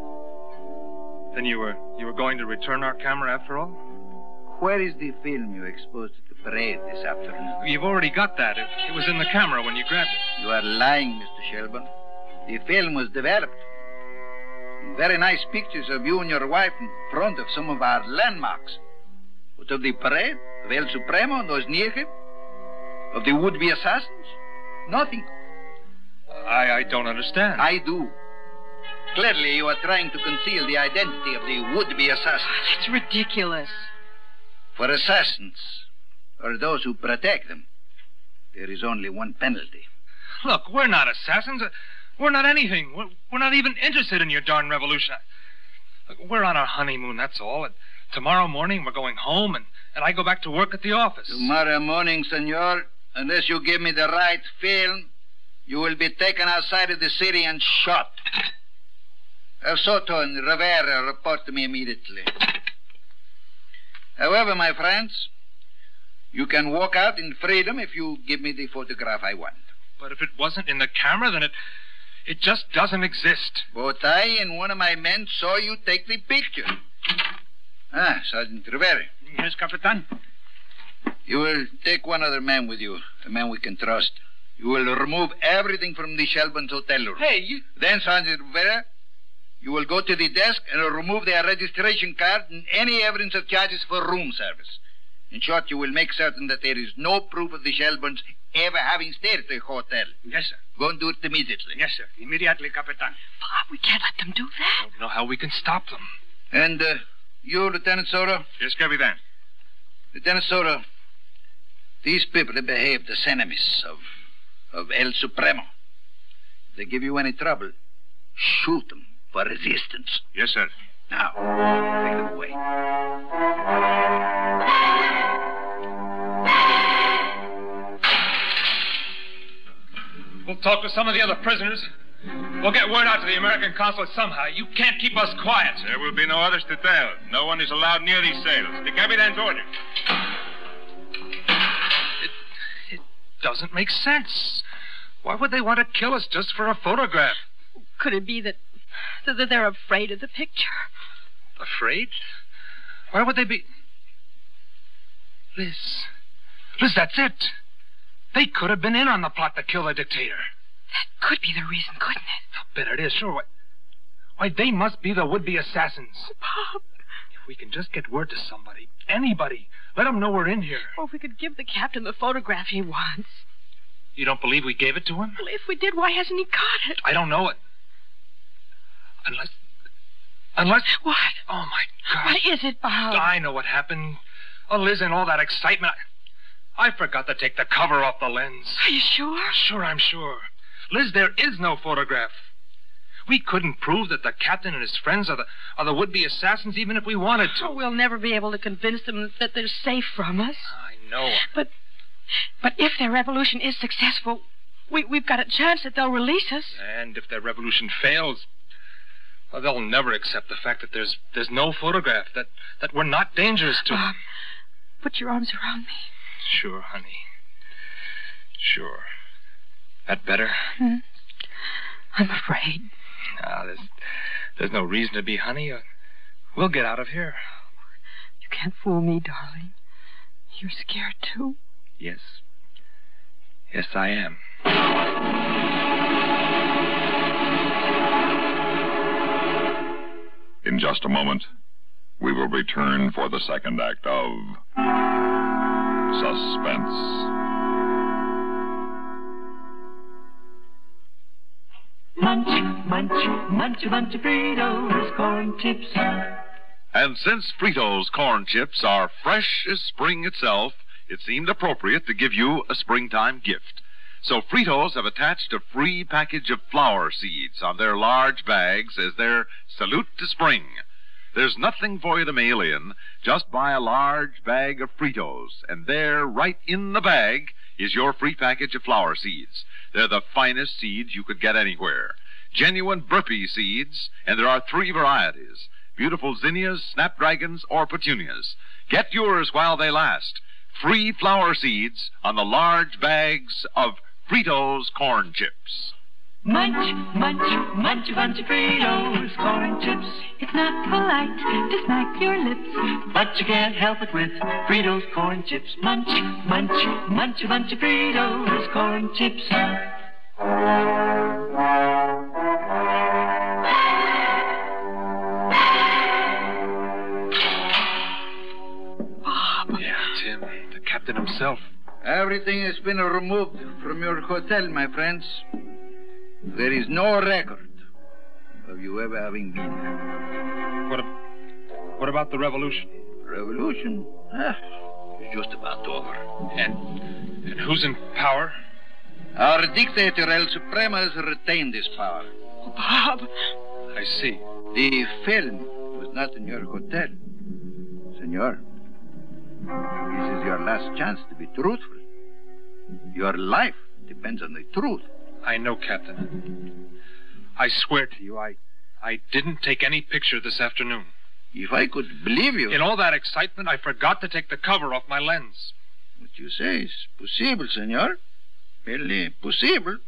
[SPEAKER 11] Then you were you were going to return our camera after all?
[SPEAKER 18] Where is the film you exposed at the parade this afternoon?
[SPEAKER 11] You've already got that. It, it was in the camera when you grabbed it.
[SPEAKER 18] You are lying, Mr. Shelburne. The film was developed. Very nice pictures of you and your wife in front of some of our landmarks. But of the parade, of El Supremo and those near him, of the would-be assassins, nothing.
[SPEAKER 11] I, I don't understand.
[SPEAKER 18] I do. Clearly, you are trying to conceal the identity of the would-be assassins.
[SPEAKER 15] Oh, That's ridiculous.
[SPEAKER 18] For assassins, or those who protect them, there is only one penalty.
[SPEAKER 11] Look, we're not assassins. We're not anything. We're, we're not even interested in your darn revolution. Look, we're on our honeymoon, that's all. And tomorrow morning, we're going home, and, and I go back to work at the office.
[SPEAKER 18] Tomorrow morning, senor, unless you give me the right film, you will be taken outside of the city and shot. El Soto and Rivera report to me immediately. However, my friends, you can walk out in freedom if you give me the photograph I want.
[SPEAKER 11] But if it wasn't in the camera, then it. It just doesn't exist.
[SPEAKER 18] Both I and one of my men saw you take the picture. Ah, Sergeant Rivera.
[SPEAKER 8] Yes, Capitan.
[SPEAKER 18] You will take one other man with you, a man we can trust. You will remove everything from the Shelburne's hotel room.
[SPEAKER 8] Hey, you.
[SPEAKER 18] Then, Sergeant Rivera, you will go to the desk and remove their registration card and any evidence of charges for room service. In short, you will make certain that there is no proof of the Shelburnes ever having stayed at the hotel.
[SPEAKER 8] Yes, sir.
[SPEAKER 18] Go and do it immediately.
[SPEAKER 8] Yes, sir. Immediately, Capitan.
[SPEAKER 15] Bob, we can't let them do that.
[SPEAKER 11] I don't know how we can stop them.
[SPEAKER 18] And uh, you, Lieutenant Soto?
[SPEAKER 19] Yes, Capitan.
[SPEAKER 18] Lieutenant Soto, these people have behaved as enemies of, of El Supremo. If they give you any trouble, shoot them for resistance.
[SPEAKER 19] Yes, sir.
[SPEAKER 18] Now, take them away.
[SPEAKER 11] We'll talk to some of the other prisoners. We'll get word out to the American consulate somehow. You can't keep us quiet.
[SPEAKER 19] There will be no others to tell. No one is allowed near these sails. The Capitan's order.
[SPEAKER 11] It, it doesn't make sense. Why would they want to kill us just for a photograph?
[SPEAKER 15] Could it be that so that they're afraid of the picture.
[SPEAKER 11] Afraid? Why would they be? Liz. Liz, that's it. They could have been in on the plot to kill the dictator.
[SPEAKER 15] That could be the reason, couldn't it?
[SPEAKER 11] I bet it is, sure. Why, why they must be the would-be assassins.
[SPEAKER 15] Oh, Bob.
[SPEAKER 11] If we can just get word to somebody, anybody, let them know we're in here.
[SPEAKER 15] Or if we could give the captain the photograph he wants.
[SPEAKER 11] You don't believe we gave it to him?
[SPEAKER 15] Well, if we did, why hasn't he got it?
[SPEAKER 11] I don't know it. Unless. Unless.
[SPEAKER 15] What?
[SPEAKER 11] Oh, my God.
[SPEAKER 15] What is it, Bob?
[SPEAKER 11] I know what happened. Oh, Liz, and all that excitement. I, I forgot to take the cover off the lens.
[SPEAKER 15] Are you sure?
[SPEAKER 11] Sure, I'm sure. Liz, there is no photograph. We couldn't prove that the captain and his friends are the, are the would be assassins, even if we wanted to.
[SPEAKER 15] Oh, we'll never be able to convince them that they're safe from us.
[SPEAKER 11] I know.
[SPEAKER 15] But. But if their revolution is successful, we, we've got a chance that they'll release us.
[SPEAKER 11] And if their revolution fails, well, they'll never accept the fact that there's there's no photograph that that we're not dangerous to.
[SPEAKER 15] Bob, put your arms around me.
[SPEAKER 11] Sure, honey. Sure. That better?
[SPEAKER 15] Hmm. I'm afraid.
[SPEAKER 11] No, there's there's no reason to be, honey. Uh, We'll get out of here.
[SPEAKER 15] You can't fool me, darling. You're scared too.
[SPEAKER 11] Yes. Yes, I am.
[SPEAKER 2] In just a moment, we will return for the second act of Suspense.
[SPEAKER 3] Munch, munch, munch a bunch of Fritos corn chips.
[SPEAKER 10] And since Fritos corn chips are fresh as spring itself, it seemed appropriate to give you a springtime gift. So Fritos have attached a free package of flower seeds on their large bags as their salute to spring. There's nothing for you to mail in. Just buy a large bag of Fritos, and there, right in the bag, is your free package of flower seeds. They're the finest seeds you could get anywhere. Genuine burpee seeds, and there are three varieties beautiful zinnias, snapdragons, or petunias. Get yours while they last. Free flower seeds on the large bags of Fritos corn chips.
[SPEAKER 3] Munch, munch, munch a bunch of Fritos corn chips. It's not polite to smack your lips, but you can't help it with Fritos corn chips. Munch, munch, munch a bunch of Fritos corn chips.
[SPEAKER 11] Yeah, Tim, the captain himself.
[SPEAKER 18] Everything has been removed from your hotel, my friends. There is no record of you ever having been here.
[SPEAKER 11] What, ab- what about the revolution?
[SPEAKER 18] Revolution? Ah, it's just about over.
[SPEAKER 11] And, and who's in power?
[SPEAKER 18] Our dictator El Supremo has retained his power.
[SPEAKER 15] Bob.
[SPEAKER 11] I see.
[SPEAKER 18] The film was not in your hotel. Senor, this is your last chance to be truthful. Your life depends on the truth.
[SPEAKER 11] I know, Captain. I swear to you, I, I didn't take any picture this afternoon.
[SPEAKER 18] If I could believe you.
[SPEAKER 11] In all that excitement, I forgot to take the cover off my lens.
[SPEAKER 18] What you say is possible, senor. Merely possible.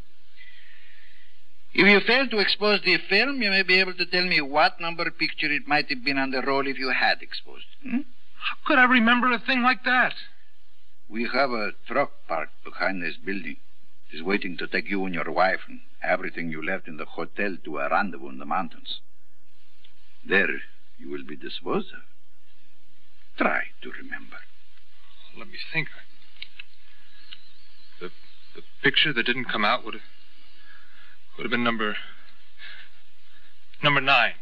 [SPEAKER 18] If you fail to expose the film, you may be able to tell me what number picture it might have been on the roll if you had exposed. it. Hmm?
[SPEAKER 11] How could I remember a thing like that?
[SPEAKER 18] We have a truck parked behind this building. It is waiting to take you and your wife and everything you left in the hotel to a rendezvous in the mountains. There you will be disposed of. Try to remember.
[SPEAKER 11] Let me think. The, the picture that didn't come out would have, would have been number number nine.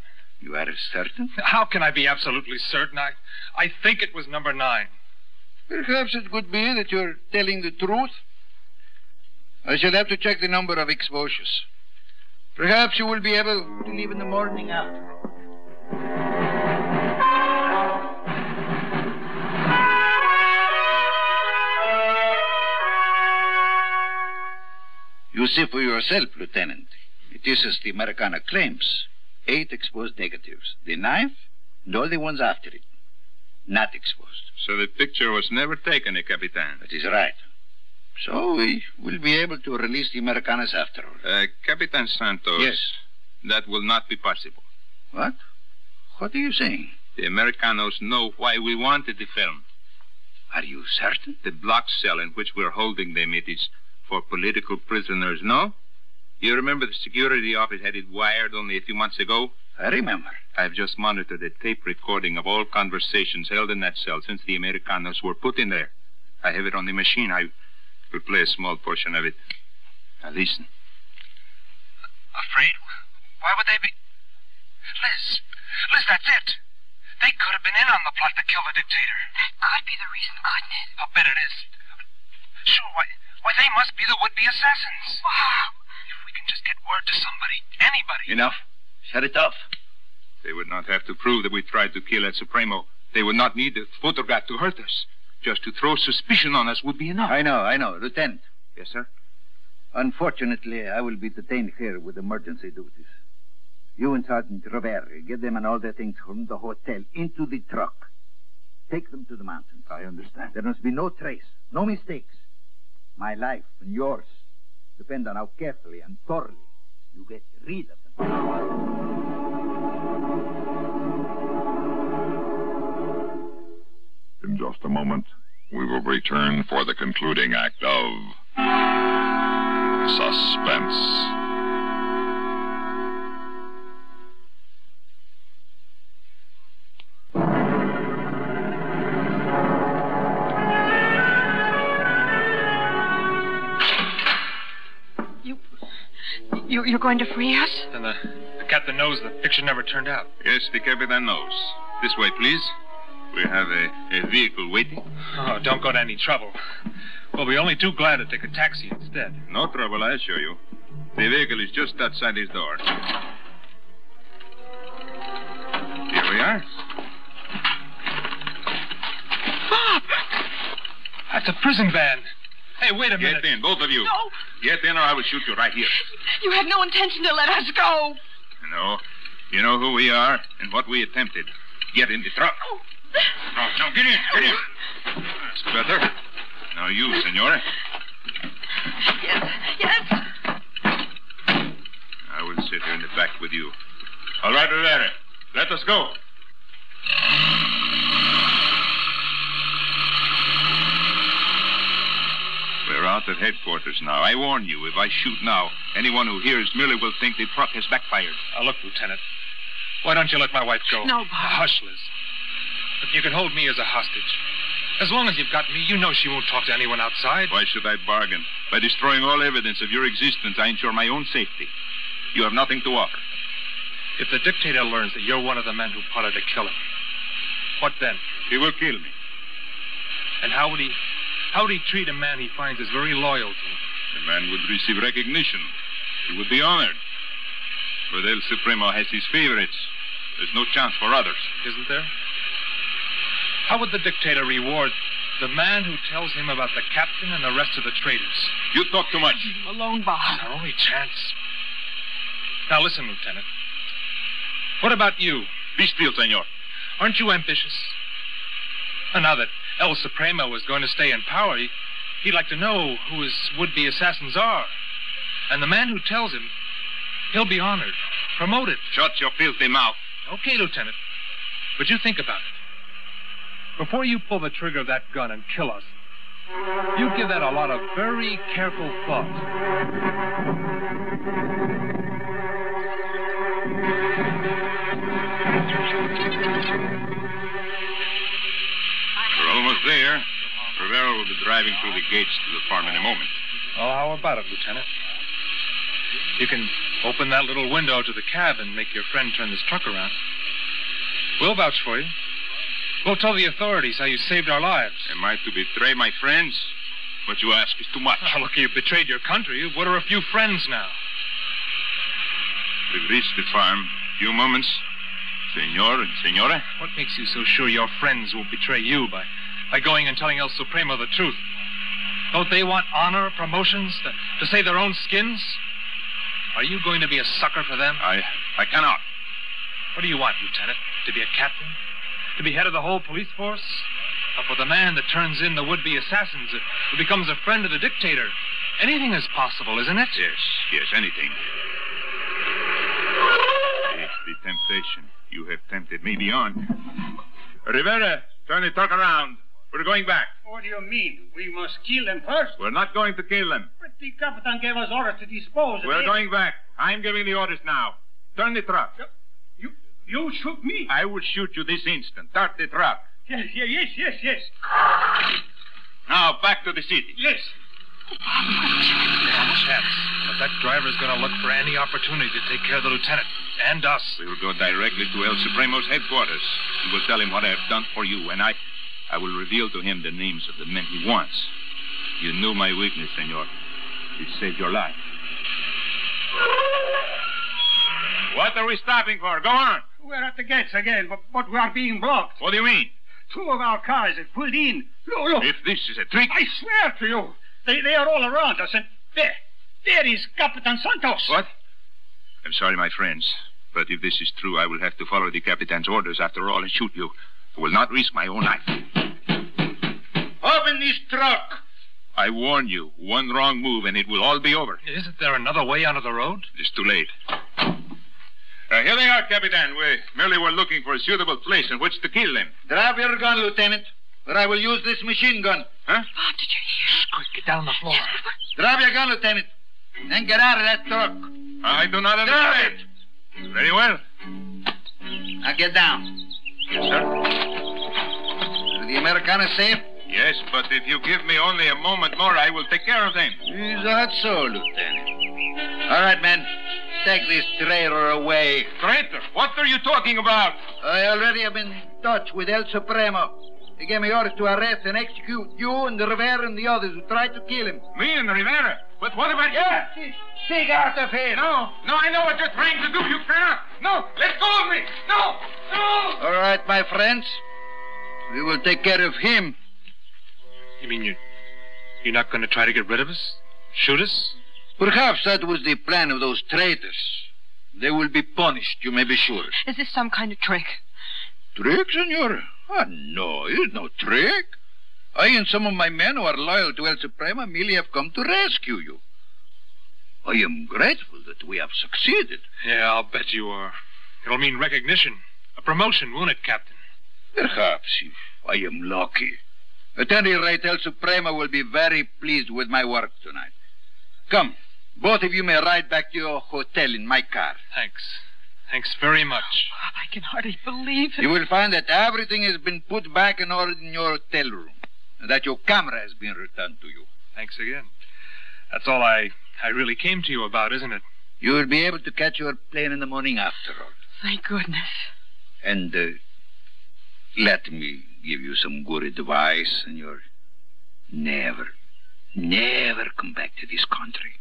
[SPEAKER 18] You are certain?
[SPEAKER 11] How can I be absolutely certain? I, I think it was number nine.
[SPEAKER 18] Perhaps it could be that you're telling the truth. I shall have to check the number of exposures. Perhaps you will be able to leave in the morning after. You see for yourself, Lieutenant. It is as the Americana claims. Eight exposed negatives. The knife and all the ones after it. Not exposed.
[SPEAKER 20] So the picture was never taken, eh, Capitan?
[SPEAKER 18] That is right. So we will be able to release the Americanas after all.
[SPEAKER 20] Uh, Capitan Santos.
[SPEAKER 18] Yes.
[SPEAKER 20] That will not be possible.
[SPEAKER 18] What? What are you saying?
[SPEAKER 20] The Americanos know why we wanted the film.
[SPEAKER 18] Are you certain?
[SPEAKER 20] The block cell in which we're holding them, it is for political prisoners, no? You remember the security office had it wired only a few months ago?
[SPEAKER 18] I remember.
[SPEAKER 20] I've just monitored a tape recording of all conversations held in that cell since the Americanos were put in there. I have it on the machine. I will play a small portion of it. Now listen.
[SPEAKER 3] Afraid? Why would they be. Liz. Liz, that's it. They could have been in on the plot to kill the dictator.
[SPEAKER 15] That could be the reason, couldn't it?
[SPEAKER 3] I'll bet it is. Sure, why, why they must be the would be assassins.
[SPEAKER 15] Bob.
[SPEAKER 3] If we can just get word to somebody, anybody.
[SPEAKER 20] Enough.
[SPEAKER 18] Shut it off.
[SPEAKER 20] They would not have to prove that we tried to kill El Supremo. They would not need the photograph to hurt us. Just to throw suspicion on us would be enough.
[SPEAKER 18] I know, I know. Lieutenant.
[SPEAKER 20] Yes, sir?
[SPEAKER 18] Unfortunately, I will be detained here with emergency duties. You and Sergeant Rovere, get them and all their things from the hotel into the truck. Take them to the mountains.
[SPEAKER 20] I understand.
[SPEAKER 18] There must be no trace, no mistakes. My life and yours depend on how carefully and thoroughly you get rid of them.
[SPEAKER 2] In just a moment, we will return for the concluding act of Suspense.
[SPEAKER 15] You, you're going to free us?
[SPEAKER 11] Then the, the captain knows the picture never turned out.
[SPEAKER 20] Yes, the captain knows. This way, please. We have a, a vehicle waiting.
[SPEAKER 11] Oh, don't go to any trouble. We'll be only too glad to take a taxi instead.
[SPEAKER 20] No trouble, I assure you. The vehicle is just outside his door. Here we are.
[SPEAKER 11] Bob! That's a prison van. Hey, wait a minute.
[SPEAKER 20] Get in, both of you.
[SPEAKER 15] No,
[SPEAKER 20] Get in, or I will shoot you right here.
[SPEAKER 15] you had no intention to let us go.
[SPEAKER 20] No. You know who we are and what we attempted. Get in the truck.
[SPEAKER 11] Oh.
[SPEAKER 20] No, no, get in, get in. That's better. Now you, senora.
[SPEAKER 15] Yes, yes.
[SPEAKER 20] I will sit here in the back with you. All right, Rivera. Let us go. We're out at headquarters now. I warn you, if I shoot now, anyone who hears merely will think the truck has backfired.
[SPEAKER 11] Now, Uh, look, Lieutenant. Why don't you let my wife go?
[SPEAKER 15] No, Bob.
[SPEAKER 11] Now, hush, Liz. If you can hold me as a hostage. As long as you've got me, you know she won't talk to anyone outside.
[SPEAKER 20] Why should I bargain? By destroying all evidence of your existence, I ensure my own safety. You have nothing to offer.
[SPEAKER 11] If the dictator learns that you're one of the men who plotted to kill him, what then?
[SPEAKER 20] He will kill me.
[SPEAKER 11] And how would he how would he treat a man he finds is very loyal to him?
[SPEAKER 20] The man would receive recognition. He would be honored. But El Supremo has his favorites. There's no chance for others.
[SPEAKER 11] Isn't there? How would the dictator reward the man who tells him about the captain and the rest of the traitors?
[SPEAKER 20] You talk too much.
[SPEAKER 15] Alone, Bob.
[SPEAKER 11] Our only chance. Now listen, Lieutenant. What about you?
[SPEAKER 20] Be still, senor.
[SPEAKER 11] Aren't you ambitious? And now that El Supremo is going to stay in power, he, he'd like to know who his would-be assassins are. And the man who tells him, he'll be honored, promoted.
[SPEAKER 20] Shut your filthy mouth.
[SPEAKER 11] Okay, Lieutenant. But you think about it. Before you pull the trigger of that gun and kill us, you give that a lot of very careful thought.
[SPEAKER 20] We're almost there. Rivera will be driving through the gates to the farm in a moment.
[SPEAKER 11] Well, Oh, how about it, Lieutenant? You can open that little window to the cab and make your friend turn this truck around. We'll vouch for you. We'll tell the authorities how you saved our lives.
[SPEAKER 20] Am I to betray my friends? What you ask is too much.
[SPEAKER 11] Oh, look, you betrayed your country. What are a few friends now?
[SPEAKER 20] We've reached the farm. Few moments. Senor and senora.
[SPEAKER 11] What makes you so sure your friends won't betray you by, by going and telling El Supremo the truth? Don't they want honor, promotions, to, to save their own skins? Are you going to be a sucker for them?
[SPEAKER 20] I I cannot.
[SPEAKER 11] What do you want, Lieutenant? To be a captain? To be head of the whole police force? Or for the man that turns in the would-be assassins, who becomes a friend of the dictator? Anything is possible, isn't it?
[SPEAKER 20] Yes, yes, anything. It's the temptation. You have tempted me beyond. Rivera, turn the truck around. We're going back.
[SPEAKER 1] What do you mean? We must kill them first?
[SPEAKER 20] We're not going to kill them.
[SPEAKER 1] But the captain gave us orders to dispose of
[SPEAKER 20] We're
[SPEAKER 1] it.
[SPEAKER 20] going back. I'm giving the orders now. Turn the truck.
[SPEAKER 1] You, you shoot me?
[SPEAKER 20] I will shoot you this instant. Start the truck.
[SPEAKER 1] Yes, yes, yes, yes, yes.
[SPEAKER 20] Now back to the city.
[SPEAKER 1] Yes.
[SPEAKER 11] No chance. But that driver's going to look for any opportunity to take care of the lieutenant and us.
[SPEAKER 20] We will go directly to El Supremo's headquarters. and will tell him what I have done for you, and I, I will reveal to him the names of the men he wants. You knew my weakness, senor. It saved your life. What are we stopping for? Go on.
[SPEAKER 1] We're at the gates again, but, but we are being blocked.
[SPEAKER 20] What do you mean?
[SPEAKER 1] Two of our cars have pulled in. Look, look.
[SPEAKER 20] If this is a trick,
[SPEAKER 1] I swear to you, they, they are all around us, and there, there is Capitan Santos.
[SPEAKER 20] What? I'm sorry, my friends, but if this is true, I will have to follow the Capitan's orders after all and shoot you. I will not risk my own life.
[SPEAKER 1] Open this truck.
[SPEAKER 20] I warn you, one wrong move and it will all be over.
[SPEAKER 11] Isn't there another way onto the road?
[SPEAKER 20] It is too late. Uh, here they are, Capitan. We merely were looking for a suitable place in which to kill them.
[SPEAKER 21] Drop your gun, Lieutenant, or I will use this machine gun.
[SPEAKER 20] Huh?
[SPEAKER 15] Bob, did you hear?
[SPEAKER 11] Quick, get down on the floor.
[SPEAKER 21] Drop your gun, Lieutenant, and get out of that truck.
[SPEAKER 20] I do not
[SPEAKER 21] Drop
[SPEAKER 20] understand. it! Very well.
[SPEAKER 21] Now get down.
[SPEAKER 20] Yes, sir.
[SPEAKER 21] Are the Americanos safe?
[SPEAKER 20] Yes, but if you give me only a moment more, I will take care of them.
[SPEAKER 21] Is that so, Lieutenant?
[SPEAKER 18] All right, men. Take this traitor away.
[SPEAKER 22] Traitor? What are you talking about?
[SPEAKER 18] I already have been in touch with El Supremo. He gave me orders to arrest and execute you and Rivera and the others who tried to kill him.
[SPEAKER 22] Me and Rivera? But what about you?
[SPEAKER 18] Dig out of here.
[SPEAKER 22] No, no, I know what you're trying to do. You cannot. No, let go of me. No, no.
[SPEAKER 18] All right, my friends. We will take care of him.
[SPEAKER 11] You mean you, you're not going to try to get rid of us? Shoot us?
[SPEAKER 18] Perhaps that was the plan of those traitors. They will be punished, you may be sure.
[SPEAKER 23] Is this some kind of trick?
[SPEAKER 18] Trick, senor? Ah, no, it's no trick. I and some of my men who are loyal to El Suprema merely have come to rescue you. I am grateful that we have succeeded.
[SPEAKER 11] Yeah, I'll bet you are. It'll mean recognition. A promotion, won't it, Captain?
[SPEAKER 18] Perhaps, if I am lucky. At any rate, El Suprema will be very pleased with my work tonight. Come, both of you may ride back to your hotel in my car.
[SPEAKER 11] Thanks. Thanks very much.
[SPEAKER 23] Bob, I can hardly believe it.
[SPEAKER 18] You will find that everything has been put back in order in your hotel room, and that your camera has been returned to you.
[SPEAKER 11] Thanks again. That's all I, I really came to you about, isn't it?
[SPEAKER 18] You will be able to catch your plane in the morning after all.
[SPEAKER 23] Thank goodness.
[SPEAKER 18] And uh, let me give you some good advice, senor. Never, never come back to this country.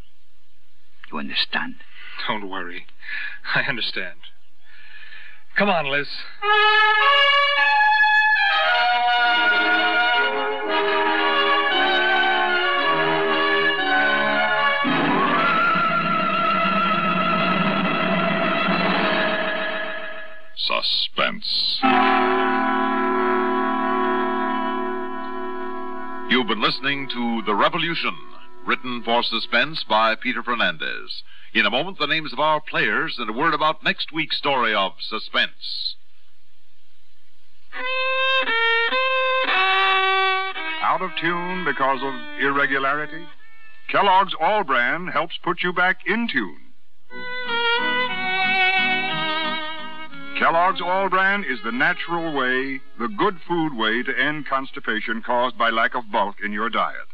[SPEAKER 18] You understand?
[SPEAKER 11] Don't worry. I understand. Come on, Liz.
[SPEAKER 2] Suspense.
[SPEAKER 10] You've been listening to The Revolution, written for suspense by Peter Fernandez. In a moment, the names of our players and a word about next week's story of suspense.
[SPEAKER 16] Out of tune because of irregularity? Kellogg's All Brand helps put you back in tune. Kellogg's All Bran is the natural way, the good food way to end constipation caused by lack of bulk in your diet.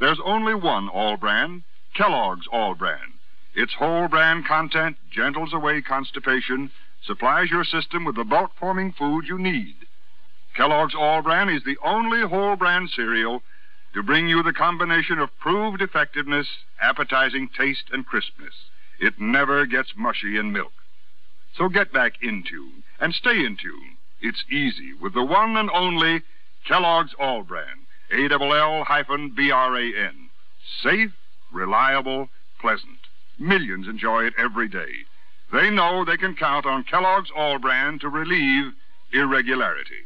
[SPEAKER 16] There's only one All Bran, Kellogg's All Bran. Its whole brand content gentles away constipation, supplies your system with the bulk forming food you need. Kellogg's All Bran is the only whole brand cereal to bring you the combination of proved effectiveness, appetizing taste, and crispness. It never gets mushy in milk. So get back in tune and stay in tune. It's easy with the one and only Kellogg's All Brand, A L L hyphen B R A N. Safe, reliable, pleasant. Millions enjoy it every day. They know they can count on Kellogg's All Brand to relieve irregularity.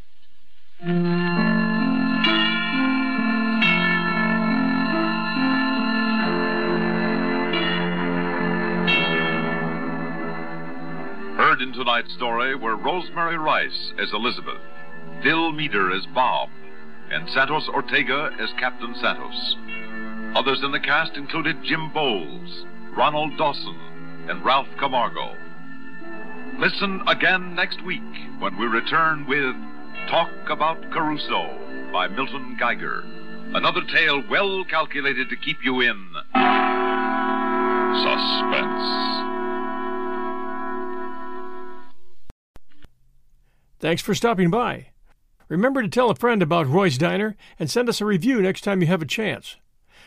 [SPEAKER 10] Heard in tonight's story were Rosemary Rice as Elizabeth, Dill Meader as Bob, and Santos Ortega as Captain Santos. Others in the cast included Jim Bowles, Ronald Dawson, and Ralph Camargo. Listen again next week when we return with Talk About Caruso by Milton Geiger. Another tale well calculated to keep you in suspense.
[SPEAKER 7] Thanks for stopping by. Remember to tell a friend about Roy's Diner and send us a review next time you have a chance.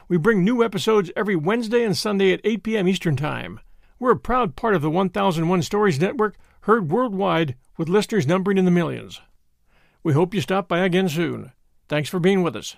[SPEAKER 7] We bring new episodes every Wednesday and Sunday at 8 p.m. Eastern Time. We're a proud part of the 1001 Stories Network, heard worldwide with listeners numbering in the millions. We hope you stop by again soon. Thanks for being with us.